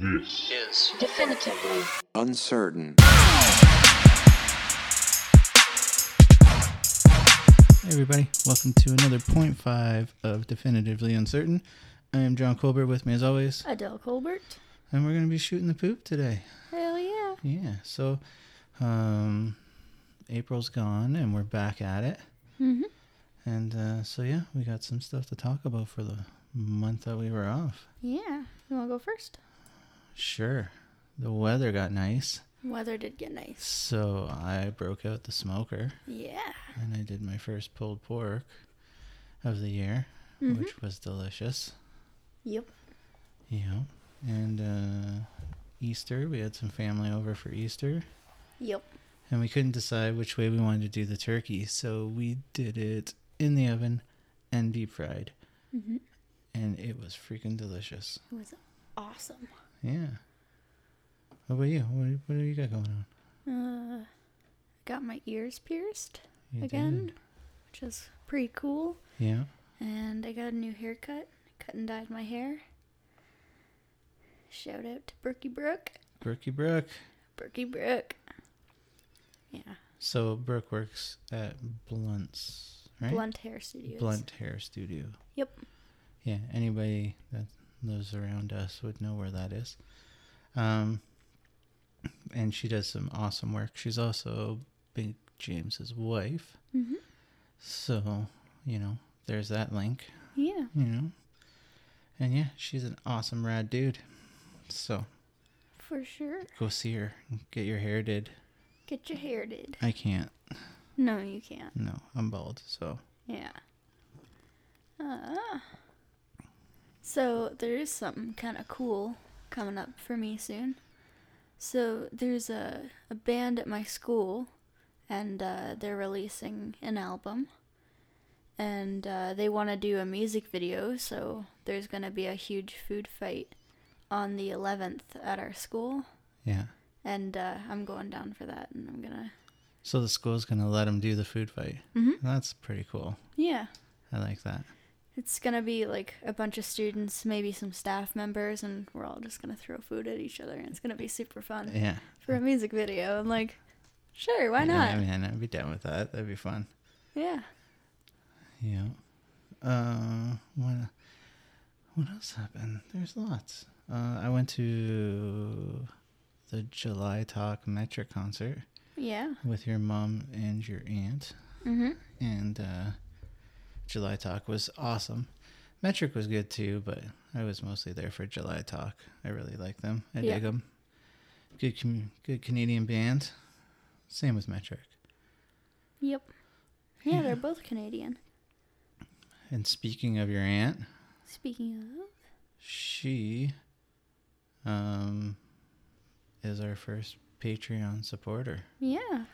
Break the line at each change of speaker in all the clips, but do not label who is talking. This
is
definitively
Uncertain.
Hey everybody, welcome to another point five of Definitively Uncertain. I am John Colbert with me as always,
Adele Colbert.
and we're gonna be shooting the poop today.
Hell yeah.
Yeah, so um April's gone and we're back at it. Mm-hmm. And uh, so yeah, we got some stuff to talk about for the month that we were off.
Yeah. You want to go first?
Sure. The weather got nice,
Weather did get nice.
so I broke out the smoker.
Yeah.
and I did my first pulled pork of the year,
Mm-hmm.
which was delicious.
Yep.
Yeah. And uh, Easter, we had some family over for Easter,
Yep.
and we couldn't decide which way we wanted to do the turkey, so we did it in the oven and deep fried.
Mm-hmm.
And it was freaking delicious.
It was awesome.
Yeah. How about you? What, what do you got going on?
Uh, got my ears pierced
You
again,
did.
which is pretty cool.
Yeah.
And I got a new haircut. Cut and dyed my hair. Shout out to Berkey Brook.
Brookie Brooke.
Berkey Brook. Yeah.
So Brooke works at Blunt's, right?
Blunt Hair Studios.
Blunt Hair Studio.
Yep.
Yeah, anybody that lives around us would know where that is. Um, and she does some awesome work. She's also Big James's wife.
Mhm.
So, you know, there's that link,
Yeah.
you know. And yeah, she's an awesome rad dude. So
For sure.
go see her. and Get your hair did.
Get your hair did.
I can't.
No, you can't.
No, I'm bald. So
Yeah. Uh, so there is something kind of cool coming up for me soon. So there's a, a band at my school, and uh, they're releasing an album, and uh, they want to do a music video. So there's gonna be a huge food fight on the 11th at our school,
yeah.
and uh, I'm going down for that, and I'm gonna
So the school's gonna let him do the food fight. Mm-hmm. That's pretty cool.
yeah.
I like that.
It's gonna be like a bunch of students, maybe some staff members, and we're all just gonna throw food at each other, and it's gonna be super fun
Yeah.
for a music video. I'm like, sure, why not?
Yeah, man, I'd be down with that. That'd be fun.
Yeah.
Yeah. Uh, what? What else happened? There's lots. Uh, I went to the July Talk Metric concert
yeah,
with your mom and your aunt,
Mhm.
and uh, July Talk was awesome. Metric was good too, but I was mostly there for July Talk. I really like them. I dig 'em.
Yeah.
dig them. Good, com- good Canadian band. Same with Metric.
Yep. Yeah, they're both Canadian.
And speaking of your aunt,
Speaking of,
she um is our first patreon supporter
yeah,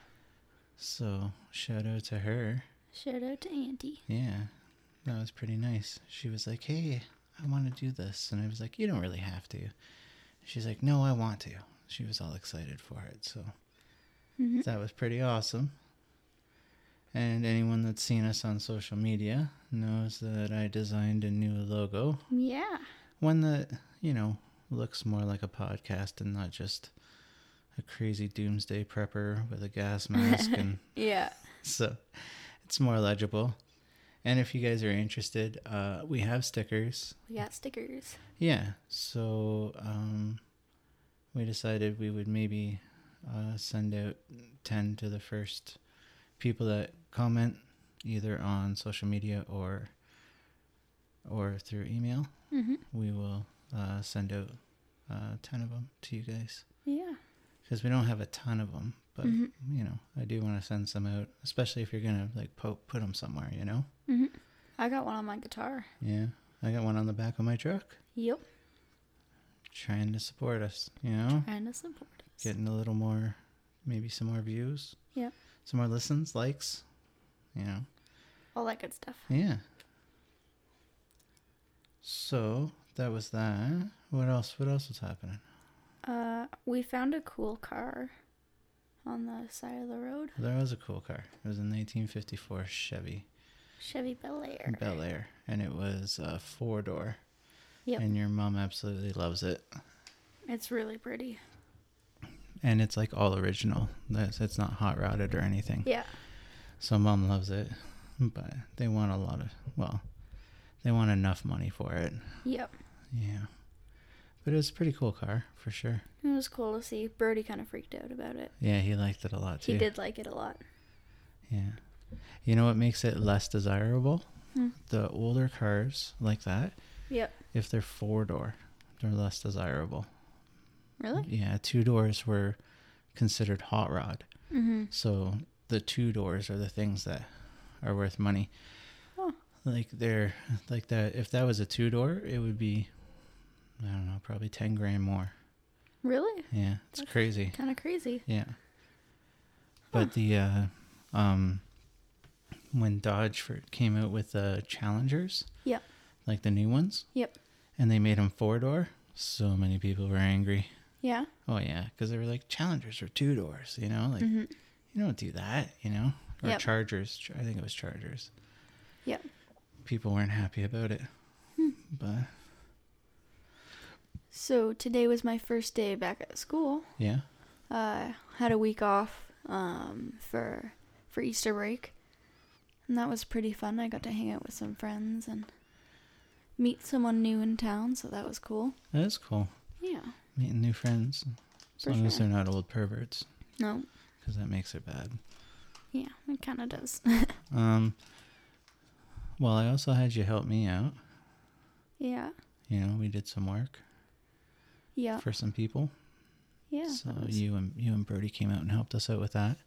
so shout out to her
shout out to Auntie.
yeah that was pretty nice she was like hey i want to do this and i was like you don't really have to she's like no i want to she was all excited for it so that was pretty awesome and anyone that's seen us on social media knows that i designed a new logo
Yeah,
one that you know looks more like a podcast and not just a crazy doomsday prepper with a gas mask and
yeah,
so it's more legible and if you guys are interested uh, we have stickers
we got stickers.
yeah so um, we decided we would maybe uh, send out 10 to the first people that comment either on social media or or through email
Mm-hmm.
we will uh, send out uh, 10 of them to you guys
Yeah,
because we don't have a ton of them but you know i do want to send some out especially if you're gonna like po- put them somewhere you know
Mm-hmm. I got one on my guitar.
yeah i got one on the back of my truck
Yep,
trying to support us you know
and a support. us.
getting a little more maybe some more views
Yep,
some more listens likes you know
all that good stuff.
yeah so that was that what else what else was happening
Uh, we found a cool car on the side of the road.
There was a cool car. It was a 1954 Chevy
Chevy Bel Air.
Bel Air, and it was a four door.
Yep.
And your mom absolutely loves it.
It's really pretty.
and it's like all original. That's it's not hot routed or anything.
Yeah.
So mom loves it, but they want a lot of well, they want enough money for it.
Yep.
Yeah, but it was a pretty cool car for sure.
It was cool to see. Brody kind of freaked out about it.
Yeah, he liked it a lot too.
He did like it a lot.
Yeah, you know what makes it less desirable?
Hmm.
The older cars like that,
Yep.
if they're four door, they're less desirable.
Really?
Yeah, two doors were considered hot rod.
Mm-hmm.
So the two doors are the things that are worth money.
Huh.
Like they're like that. If that was a two door, it would be I don't know, probably ten grand more.
Really?
Yeah, it's
That's-
crazy.
Kind of crazy.
Yeah. But the uh, um, when Dodge fir- came out with the Challengers,
Yep.
like the new ones,
Yep.
and they made them four door. So many people were angry.
Yeah.
Oh yeah, because they were like Challengers are two doors, you know, like
Mm-hmm.
you don't do that, you know? Or
Yep.
Chargers. Ch- I think it was Chargers.
Yep. Hmm.
People weren't happy about it. But
So today was my first day back at school.
yeah.
Uh, had a week off um, for for Easter break, and that was pretty fun. I got to hang out with some friends and meet someone new in town, so that was cool.
That is cool.
Yeah.
Meeting new friends. As
For
long as
sure.
they're not old perverts,
No.
because that makes it bad.
Yeah, it kind of does.
Um, well, I also had you help me out.
yeah.
You know, we did some work
Yeah.
for some people.
Yeah.
so
that was-
you and you and Brody came out and helped us out with that.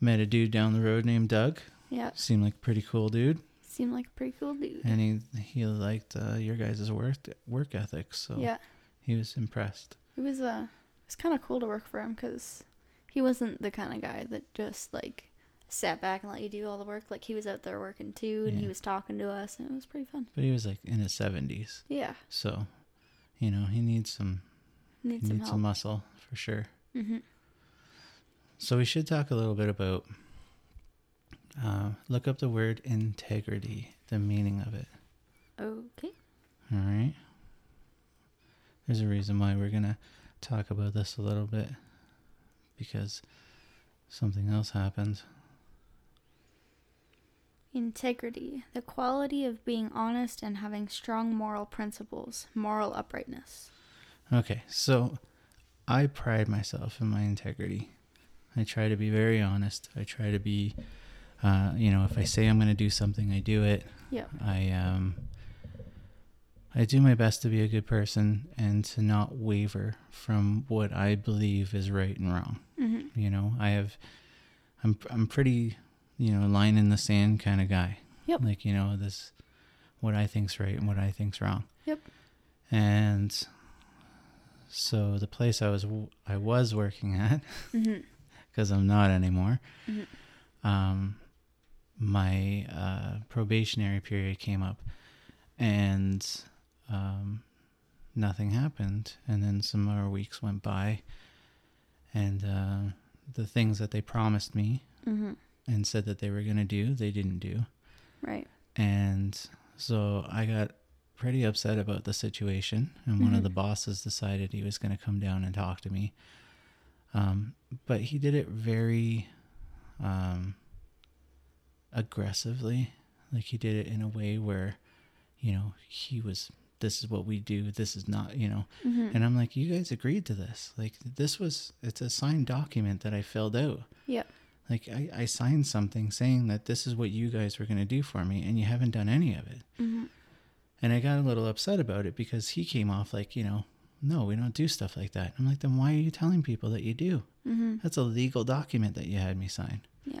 Met a dude down the road named Doug.
Yeah.
Seemed like a pretty cool dude.
Seemed like a pretty cool dude.
and he he liked uh, your guys' work work ethic, so
Yeah.
he was impressed.
It was uh, it was kind of cool to work for him because he wasn't the kind of guy that just like sat back and let you do all the work. Like he was out there working too, and he
Yeah.
was talking to us, and it was pretty fun.
But he was like in his seventies,
Yeah,
so you know he needs some he
need some
needs
help.
some muscle for sure.
hmm
So we should talk a little bit about uh, look up the word integrity, the meaning of it.
Okay.
All right, there's a reason why we're gonna talk about this a little bit because something else happened.
Integrity, the quality of being honest and having strong moral principles, moral uprightness.
Okay, so I pride myself in my integrity. I try to be very honest. I try to be, uh, you know, if I say I'm going to do something, I do it.
Yep.
I um, I do my best to be a good person and to not waver from what I believe is right and wrong.
hmm
You know, I have, I'm I'm pretty, you know, line in the sand kind of guy.
Yep.
Like you know this, what I think's right and what I think's wrong.
Yep.
And so the place I was w- I was working at
hmm
because I'm not anymore.
Mhm.
Um, my uh, probationary period came up, and um, nothing happened. And then some more weeks went by, and uh, the things that they promised me
hmm
and said that they were going to do, they didn't do.
Right.
And so I got pretty upset about the situation. And one
Mhm.
of the bosses decided he was going to come down and talk to me. Um, but he did it very um, aggressively. Like he did it in a way where, you know, he was, this is what we do. This is not, you know.
hmm
And I'm like, you guys agreed to this. Like this was, it's a signed document that I filled out.
Yep.
Like I, I signed something saying that this is what you guys were going to do for me, and you haven't done any of it.
hmm
And I got a little upset about it because he came off like, you know, no, we don't do stuff like that. I'm like, then why are you telling people that you do?
hmm
That's a legal document that you had me sign.
Yeah.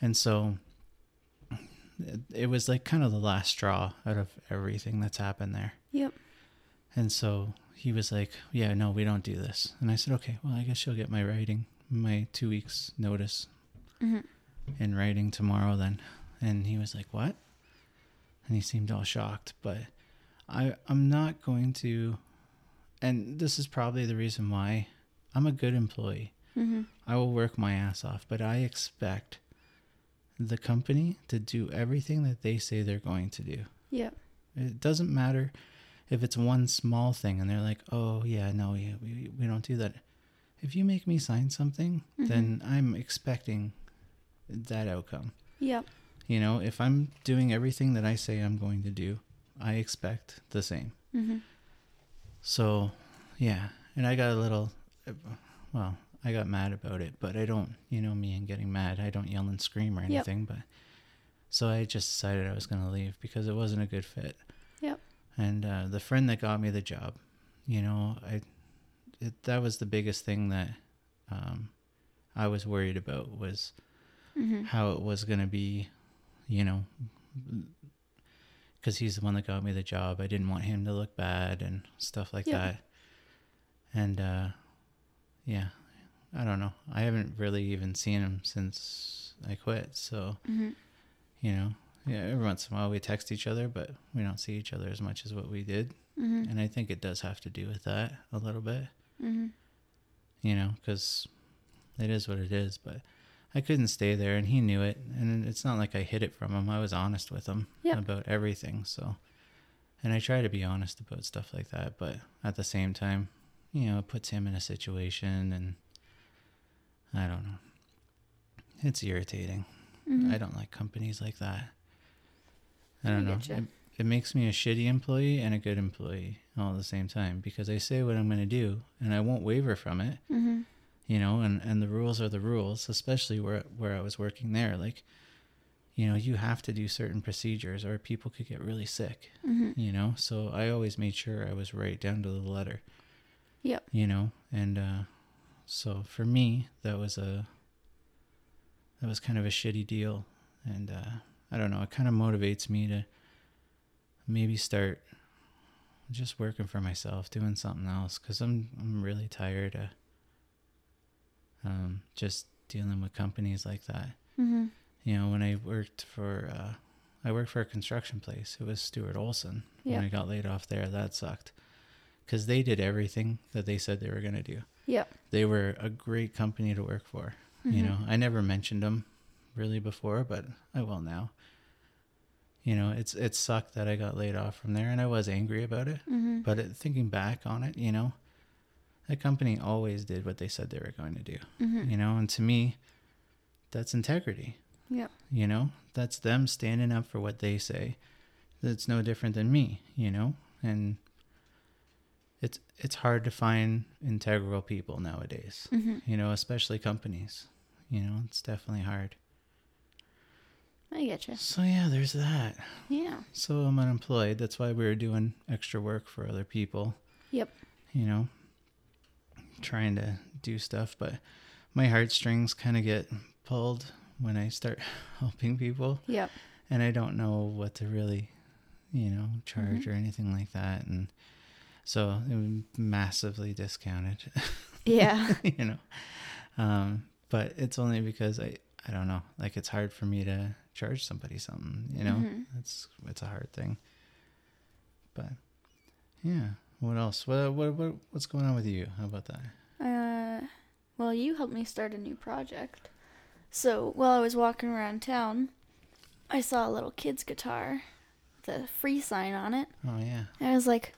And so it- it was like kind of the last straw out of everything that's happened there.
Yep.
And so he was like, yeah, no, we don't do this. And I said, okay, well, I guess you'll get my writing, my two weeks notice
hmm
in writing tomorrow then and he was like what and he seemed all shocked but i i'm not going to and this is probably the reason why i'm a good employee
hmm
i will work my ass off but i expect the company to do everything that they say they're going to do
Yep.
it doesn't matter if it's one small thing and they're like, oh yeah, no, we we, we don't do that. If you make me sign something, then I'm expecting that outcome.
Yep.
You know, if I'm doing everything that I say I'm going to do, I expect the same.
Mhm.
So, yeah. And I got a little, well, I got mad about it, but I don't, you know me and getting mad, I don't yell and scream or
Yep.
anything. But so I just decided I was going to leave because it wasn't a good fit.
Yep.
And uh, the friend that got me the job, you know, I, it, that was the biggest thing that um, I was worried about was
Mhm.
how it was going to be, you know, because he's the one that got me the job. I didn't want him to look bad and stuff like
Yeah.
that. And uh, yeah, I don't know. I haven't really even seen him since I quit. So,
Mhm.
you know, yeah, every once in a while we text each other, but we don't see each other as much as what we did.
Mhm.
And I think it does have to do with that a little bit
Mhm.
you know, because it is what it is. But I couldn't stay there, and he knew it. And it's not like I hid it from him. I was honest with him
Yeah.
about everything. So, and I try to be honest about stuff like that. But at the same time, you know, it puts him in a situation, and I don't know. It's irritating. I
Mhm.
don't like companies like that. I
I
don't know.
get ya.
It, it makes me a shitty employee and a good employee all at the same time because I say what I'm going to do and I won't waver from it
Mhm.
you know and and the rules are the rules especially where where i was working there like you know you have to do certain procedures or people could get really sick
Mhm.
you know so i always made sure i was right down to the letter
Yep.
you know and uh so for me that was a that was kind of a shitty deal and uh i don't know it kind of motivates me to maybe start just working for myself doing something else cuz i'm i'm really tired of um just dealing with companies like that
Mhm.
you know when i worked for uh i worked for a construction place it was stuart olson
Yeah.
when i got laid off there that sucked because they did everything that they said they were going to do
Yep. Mm-hmm.
they were a great company to work for you know i never mentioned them really before but i will now you know it's it sucked that i got laid off from there and i was angry about it
Mhm.
but it, thinking back on it you know that company always did what they said they were going to do
Mhm.
you know and to me that's integrity
Yep.
you know that's them standing up for what they say that's no different than me you know and it's it's hard to find integral people nowadays
Mhm.
you know especially companies you know it's definitely hard
I get you.
so yeah there's that
Yeah.
so i'm unemployed that's why we were doing extra work for other people
Yep.
you know trying to do stuff but my heartstrings kind of get pulled when i start helping people
Yep.
and I don't know what to really, you know, charge or anything like that. And so it was massively discounted,
Yeah.
you know. Um, but it's only because I, I don't know, like it's hard for me to charge somebody something, you know.
Mhm.
It's it's a hard thing. But yeah, what else? What what, what what's going on with you? How about that?
Uh, well, you helped me start a new project. So while I was walking around town, I saw a little kid's guitar with a free sign on it.
Oh yeah.
And I was like,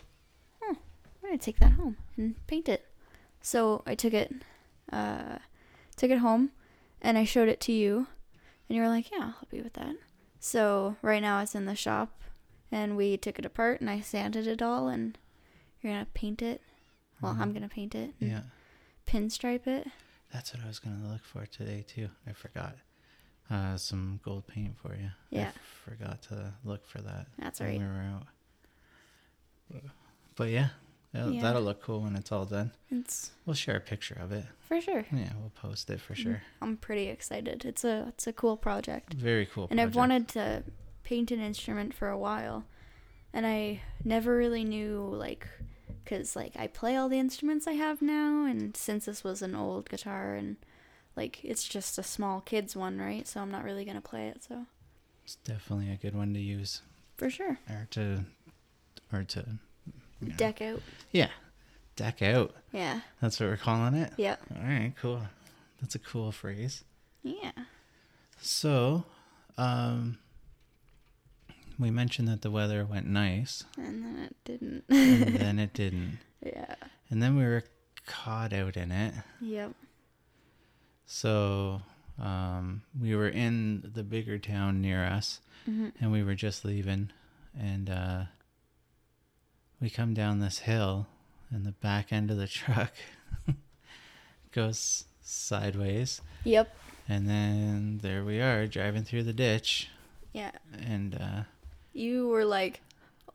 huh, I'm going to take that home and paint it. So I took it, uh, took it home and I showed it to you. And you were like, yeah, I'll help you with that. So right now it's in the shop and we took it apart and I sanded it all and you're going to paint it. Well, I'm going to paint it. and
Yeah.
Pinstripe it.
That's what I was gonna look for today too. I forgot. Uh, some gold paint for you. I
Yeah.
f- forgot to look for that.
That's
when
all right.
We were out. But yeah, that'll,
Yeah.
that'll look cool when it's all done.
It's
We'll share a picture of it.
for sure.
Yeah, we'll post it for
Mm-hmm.
sure.
I'm pretty excited. It's a it's a cool project.
Very cool.
And I've
project.
wanted to paint an instrument for a while, and I never really knew like, cause like I play all the instruments I have now, and since this was an old guitar and like it's just a small kids one, right? So I'm not really gonna play it. So
It's definitely a good one to use
for sure,
or to or to you know,
deck out.
Yeah, deck out.
Yeah,
That's what we're calling it.
yeah,
All right, cool. That's a cool phrase.
yeah.
So, um, we mentioned that the weather went nice,
and then it didn't.
and then it didn't.
yeah.
And then we were caught out in it.
Yep.
So um, we were in the bigger town near us,
Mhm.
and we were just leaving, and uh, we come down this hill, and the back end of the truck goes sideways,
Yep.
and then there we are driving through the ditch,
Yeah.
and uh,
You were like,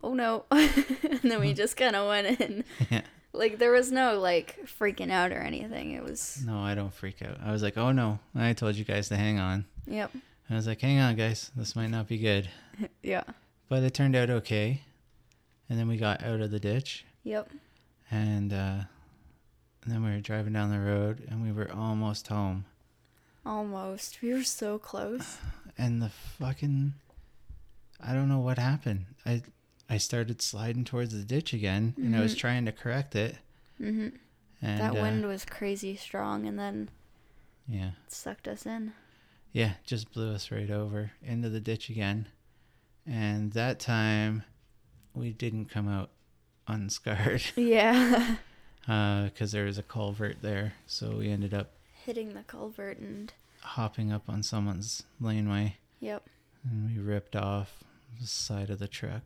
"Oh no," and then we just kind of went in.
Mm-hmm. Yeah.
Like there was no like freaking out or anything. It was.
no, I don't freak out. I was like, oh no, I told you guys to hang on.
Yep.
I was like, hang on, guys, this might not be good,
Yeah.
but it turned out okay, and then we got out of the ditch.
Yep.
and uh, then we were driving down the road and we were almost home
Almost. We were so close.
and the fucking i don't know what happened i i started sliding towards the ditch again and i was trying to correct it
hmm
and
Mm-hmm. That
uh,
wind was crazy strong, and then
yeah
it sucked us in.
yeah just blew us right over into the ditch again and that time we didn't come out unscarred
Yeah.
because there was a culvert there so we ended up
Hitting the culvert and.
hopping up on someone's laneway
Yep.
and we ripped off the side of the truck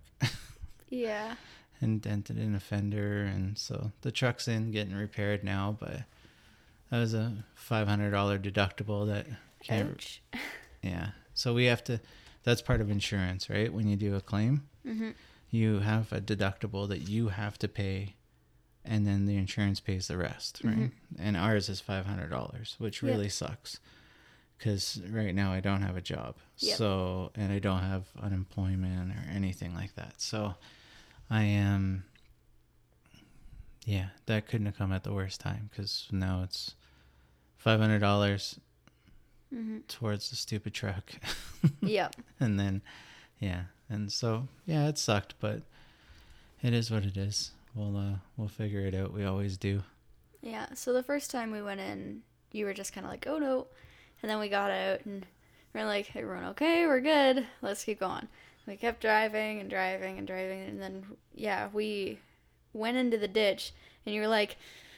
Yeah.
and dented in a fender and so the truck's in getting repaired now but that was a $500 deductible that can't
Ouch.
yeah so we have to that's part of insurance right when you do a claim
Mm-hmm.
you have a deductible that you have to pay and then the insurance pays the rest right and ours is $500 which
Mm-hmm. Yep.
really sucks because right now i don't have a job
Yep.
so and i don't have unemployment or anything like that so i am yeah that couldn't have come at the worst time because now it's $500
Mm-hmm.
towards the stupid truck
Yep.
and then yeah and so yeah it sucked but it is what it is we'll uh we'll figure it out we always do
Yeah. So the first time we went in, you were just kind of like, "Oh no," and then we got out and we're like, "Everyone okay? We're good. Let's keep going." We kept driving and driving and driving, and then yeah, we went into the ditch, and you were like,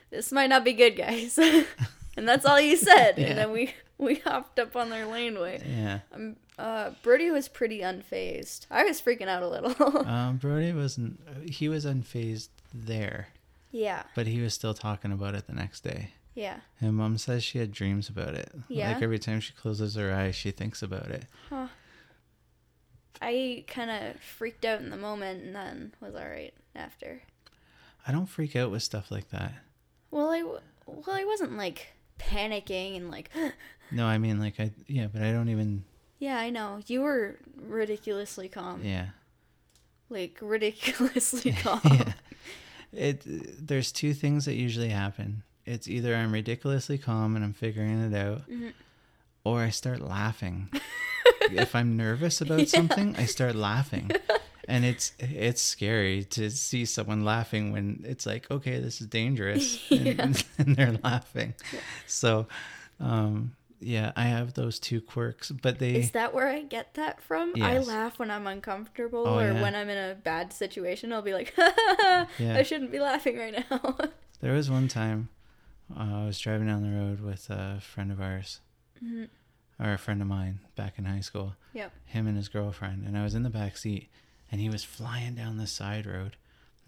"This might not be good, guys," and that's all you said.
Yeah.
And then we we hopped up on their laneway.
yeah
Um, uh, Brody was pretty unfazed. I was freaking out a little.
um brody wasn't he was unfazed there
yeah.
but he was still talking about it the next day
Yeah.
and mom says she had dreams about it
Yeah.
like every time she closes her eyes she thinks about it
I kind of freaked out in the moment and then was all right after.
i don't freak out with stuff like that
Well, I w- well, I wasn't like panicking and like,
no i mean like i yeah but i don't even
yeah, I know you were ridiculously calm,
yeah
like ridiculously calm.
yeah. It there's two things that usually happen. It's either I'm ridiculously calm and I'm figuring it out,
Mm-hmm.
or I start laughing. if I'm nervous about something, I start laughing. And it's it's scary to see someone laughing when it's like, okay, this is dangerous, and, and they're laughing. So, um, yeah, I have those two quirks, but they
Is that where I get that from? I
Yes.
laugh when I'm uncomfortable
Oh,
or
yeah.
when I'm in a bad situation. I'll be like, "Ha, ha, ha,
Yeah.
I shouldn't be laughing right now.
There was one time uh, I was driving down the road with a friend of ours,
Mhm.
or a friend of mine back in high school,
yep.
him and his girlfriend, and I was in the back seat, and he was flying down the side road,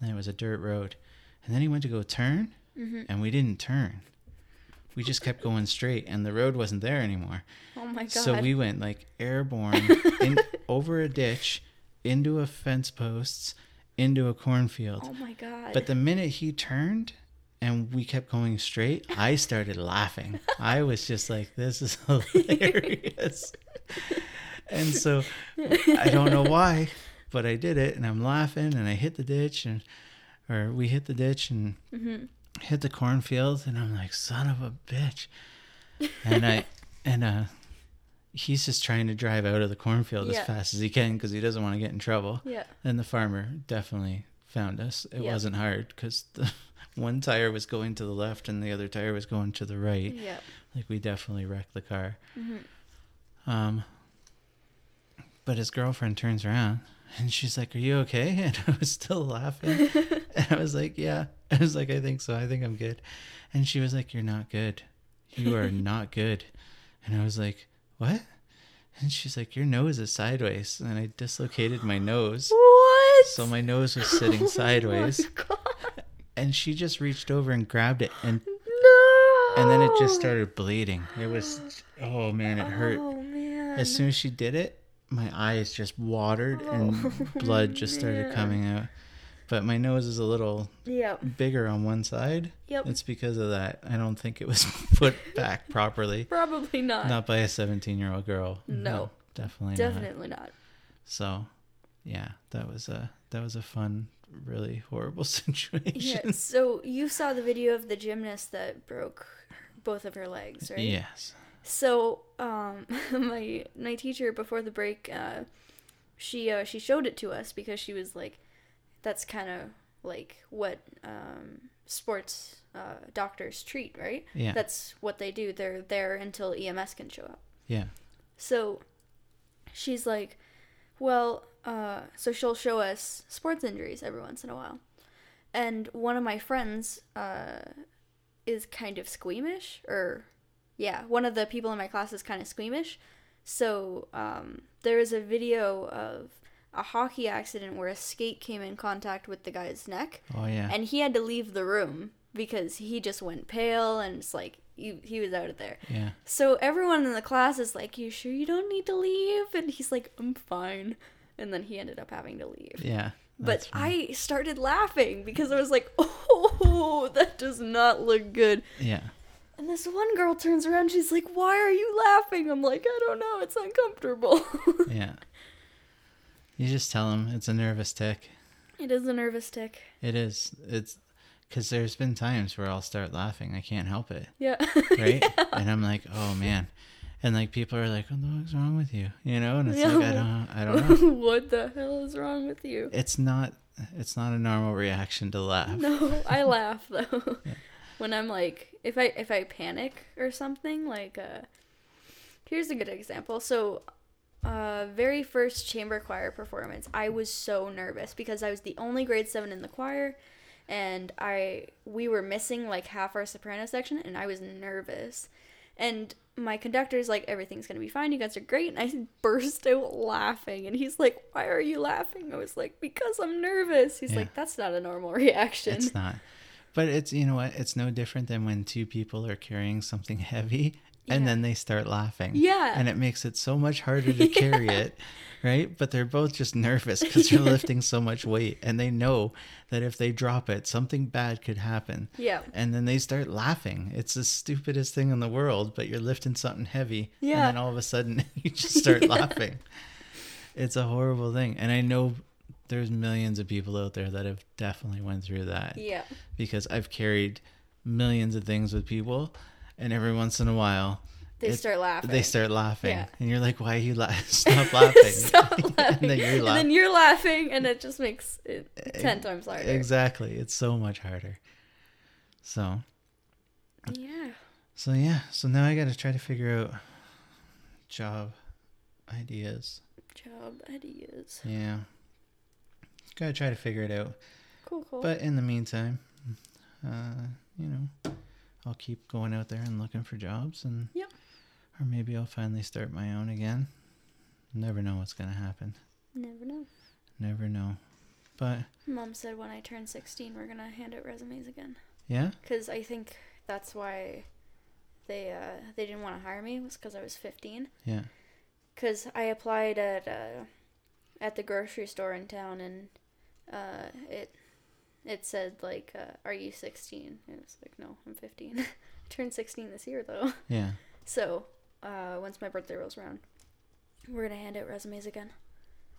and it was a dirt road, and then he went to go turn,
Mhm.
and we didn't turn. We just kept going straight, and the road wasn't there anymore.
Oh my god.
So we went like airborne in, over a ditch, into a fence posts, into a cornfield.
oh my god.
But the minute he turned and we kept going straight, I started laughing. I was just like, this is hilarious. and so I don't know why, but I did it and I'm laughing and I hit the ditch and, or we hit the ditch and
Mm-hmm.
hit the cornfield and I'm like, son of a bitch. And I, and, uh, He's just trying to drive out of the cornfield
Yeah.
as fast as he can because he doesn't want to get in trouble.
yeah.
And the farmer definitely found us. It
Yeah.
wasn't hard because the one tire was going to the left and the other tire was going to the right.
Yeah.
Like we definitely wrecked the
Mm-hmm.
car. Um, but his girlfriend turns around And she's like, Are you okay? And I was still laughing. and I was like, Yeah. I was like, I think so. I think I'm good. And she was like, You're not good. You are not good. And I was like, What? And she's like, Your nose is sideways. And I dislocated my nose.
What?
So my nose was sitting sideways.
Oh my God.
And she just reached over and grabbed it. And,
No.
and then it just started bleeding. It was, oh man, it hurt.
Oh man.
As soon as she did it, my eyes just watered and
Oh,
blood just started
man.
coming out. But my nose is a little
Yep.
bigger on one side.
Yep.
It's because of that. I don't think it was put back properly.
Probably not.
Not by a 17 year old girl.
No.
Definitely, not.
Definitely not.
So, yeah, that was a that was a fun, really horrible situation.
Yeah. So you saw the video of the gymnast that broke both of her legs, right?
Yes.
So, um, my my teacher before the break, uh, she uh, she showed it to us because she was like, "That's kind of like what um, sports uh, doctors treat, right?
Yeah.
That's what they do. They're there until EMS can show up."
yeah.
So, she's like, "Well," uh, so she'll show us sports injuries every once in a while, and one of my friends uh, is kind of squeamish or yeah, one of the people in my class is kind of squeamish. So um, there is a video of a hockey accident where a skate came in contact with the guy's neck,
Oh yeah.
and he had to leave the room because he just went pale and it's like he, he was out of there.
yeah.
So everyone in the class is like, "You sure you don't need to leave?" And he's like, "I'm fine." And then he ended up having to leave.
Yeah.
But I started laughing because I was like, "Oh, that does not look good."
yeah.
And this one girl turns around, she's like, Why are you laughing? I'm like, I don't know, it's uncomfortable.
Yeah. You just tell him it's a nervous tick.
it is a nervous tick.
It is. It's because there's been times where I'll start laughing. I can't help it.
Yeah.
Right. And I'm like, oh man. And like people are like, what the fuck's wrong with you? You know? And it's like, I
Yeah.
don't, I don't know.
what the hell is wrong with you?
It's not, it's not a normal reaction to laugh.
No, I laugh though. when I'm like if I if I panic or something, like uh here's a good example. So uh very first chamber choir performance, I was so nervous because I was the only grade seven in the choir and I we were missing like half our soprano section and I was nervous. And my conductor's like, everything's gonna be fine, you guys are great. And I burst out laughing. And he's like, Why are you laughing? I was like, Because I'm nervous. He's
Yeah.
like, That's not a normal reaction.
It's not. But it's, you know what? It's no different than when two people are carrying something heavy and
Yeah.
then they start laughing.
Yeah.
And it makes it so much harder to carry it. Right. But they're both just nervous because they're lifting so much weight and they know that if they drop it, something bad could happen.
yeah.
And then they start laughing. It's the stupidest thing in the world, but you're lifting something heavy.
Yeah.
And then all of a sudden you just start laughing. It's a horrible thing. And I know there's millions of people out there that have definitely went through that
Yeah.
because I've carried millions of things with people, and every once in a while
They
it-
start laughing.
they start laughing,
Yeah.
and you're like, "Why are you laughing? Stop laughing!"
Stop laughing.
and then you're
And then
laughing.
you're laughing, and it just makes it ten times harder.
Exactly, it's so much harder. So,
Yeah.
so yeah, so now I got to try to figure out job ideas.
Job ideas.
Yeah, gotta try to figure it out.
Cool, cool.
But in the meantime, uh, you know, I'll keep going out there and looking for jobs, and
Yeah.
or maybe I'll finally start my own again. Never know what's gonna happen.
Never know.
Never know. But
Mom said when I turn 16, we're going to hand out resumes again.
yeah,
Because I think that's why they uh, they didn't want to hire me was because I was 15.
yeah,
Because I applied at uh, at the grocery store in town, and uh, it it said like, uh, "Are you 16?" And I was like, "No, I'm 15." I turned 16 this year though.
yeah.
So uh, once my birthday rolls around, we're gonna hand out resumes again.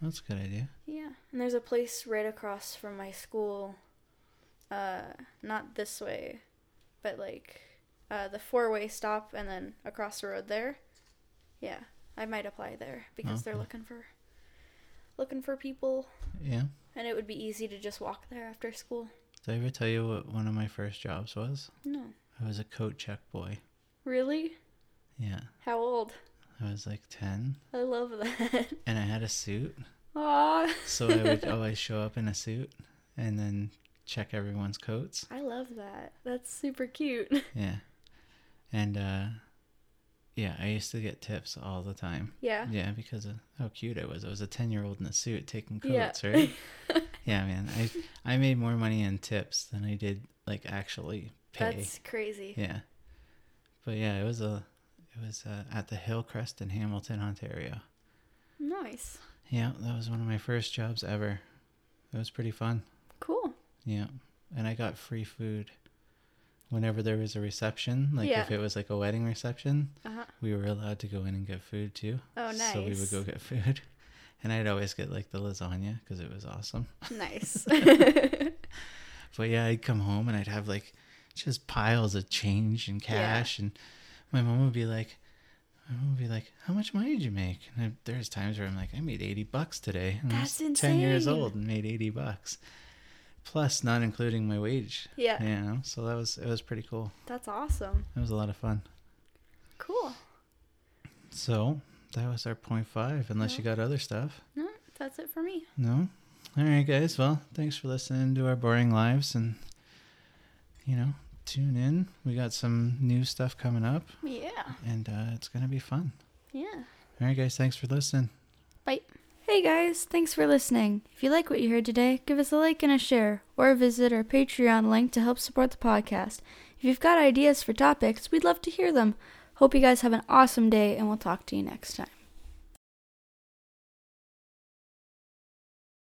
That's a good idea.
Yeah, and there's a place right across from my school. Uh, not this way, but like uh, the four-way stop, and then across the road there. Yeah, I might apply there because they're
Okay.
looking for looking for people,
Yeah.
and it would be easy to just walk there after school.
Did I ever tell you what one of my first jobs was?
No,
I was a coat check boy.
really?
Yeah,
How old?
I was like ten,
I love that.
and I had a suit,
Aw.
So I would always show up in a suit and then check everyone's coats.
I love that. That's super cute.
Yeah. And uh yeah, I used to get tips all the time.
Yeah.
Yeah, because of how cute I was. I was a 10-year-old in a suit taking
Yeah.
coats, right? Yeah, man. I I made more money in tips than I did like actually pay.
That's crazy.
Yeah. But yeah, it was a it was uh, at the Hillcrest in Hamilton, Ontario.
Nice.
Yeah, that was one of my first jobs ever. It was pretty fun.
Cool.
Yeah. And I got free food whenever there was a reception. Like
Yeah.
if it was like a wedding reception,
Uh-huh.
we were allowed to go in and get food too.
Oh, nice.
So we would go get food. And I'd always get like the lasagna because it was awesome.
Nice.
But yeah, I'd come home and I'd have like just piles of change and
Yeah.
cash, and my mom would be like, "My mom would be like, how much money did you make?" And I, there's times where I'm like, "I made eighty bucks today." And I was
That's
Ten years
insane.
old and made eighty bucks, plus not including my wage.
yeah.
You know, so that was it was pretty cool.
That's awesome.
It was a lot of fun.
Cool.
So that was our point five. Unless you got other stuff,
No, that's it for me.
no. All right, guys. Well, thanks for listening to our boring lives, and you know, tune in. We got some new stuff coming up.
Yeah.
and uh, it's gonna be fun.
Yeah.
All right, guys, thanks for listening.
Hey guys, thanks for listening. If you like what you heard today, give us a like and a share, or visit our Patreon link to help support the podcast. If you've got ideas for topics, we'd love to hear them. Hope you guys have an awesome day, and we'll talk to you next time.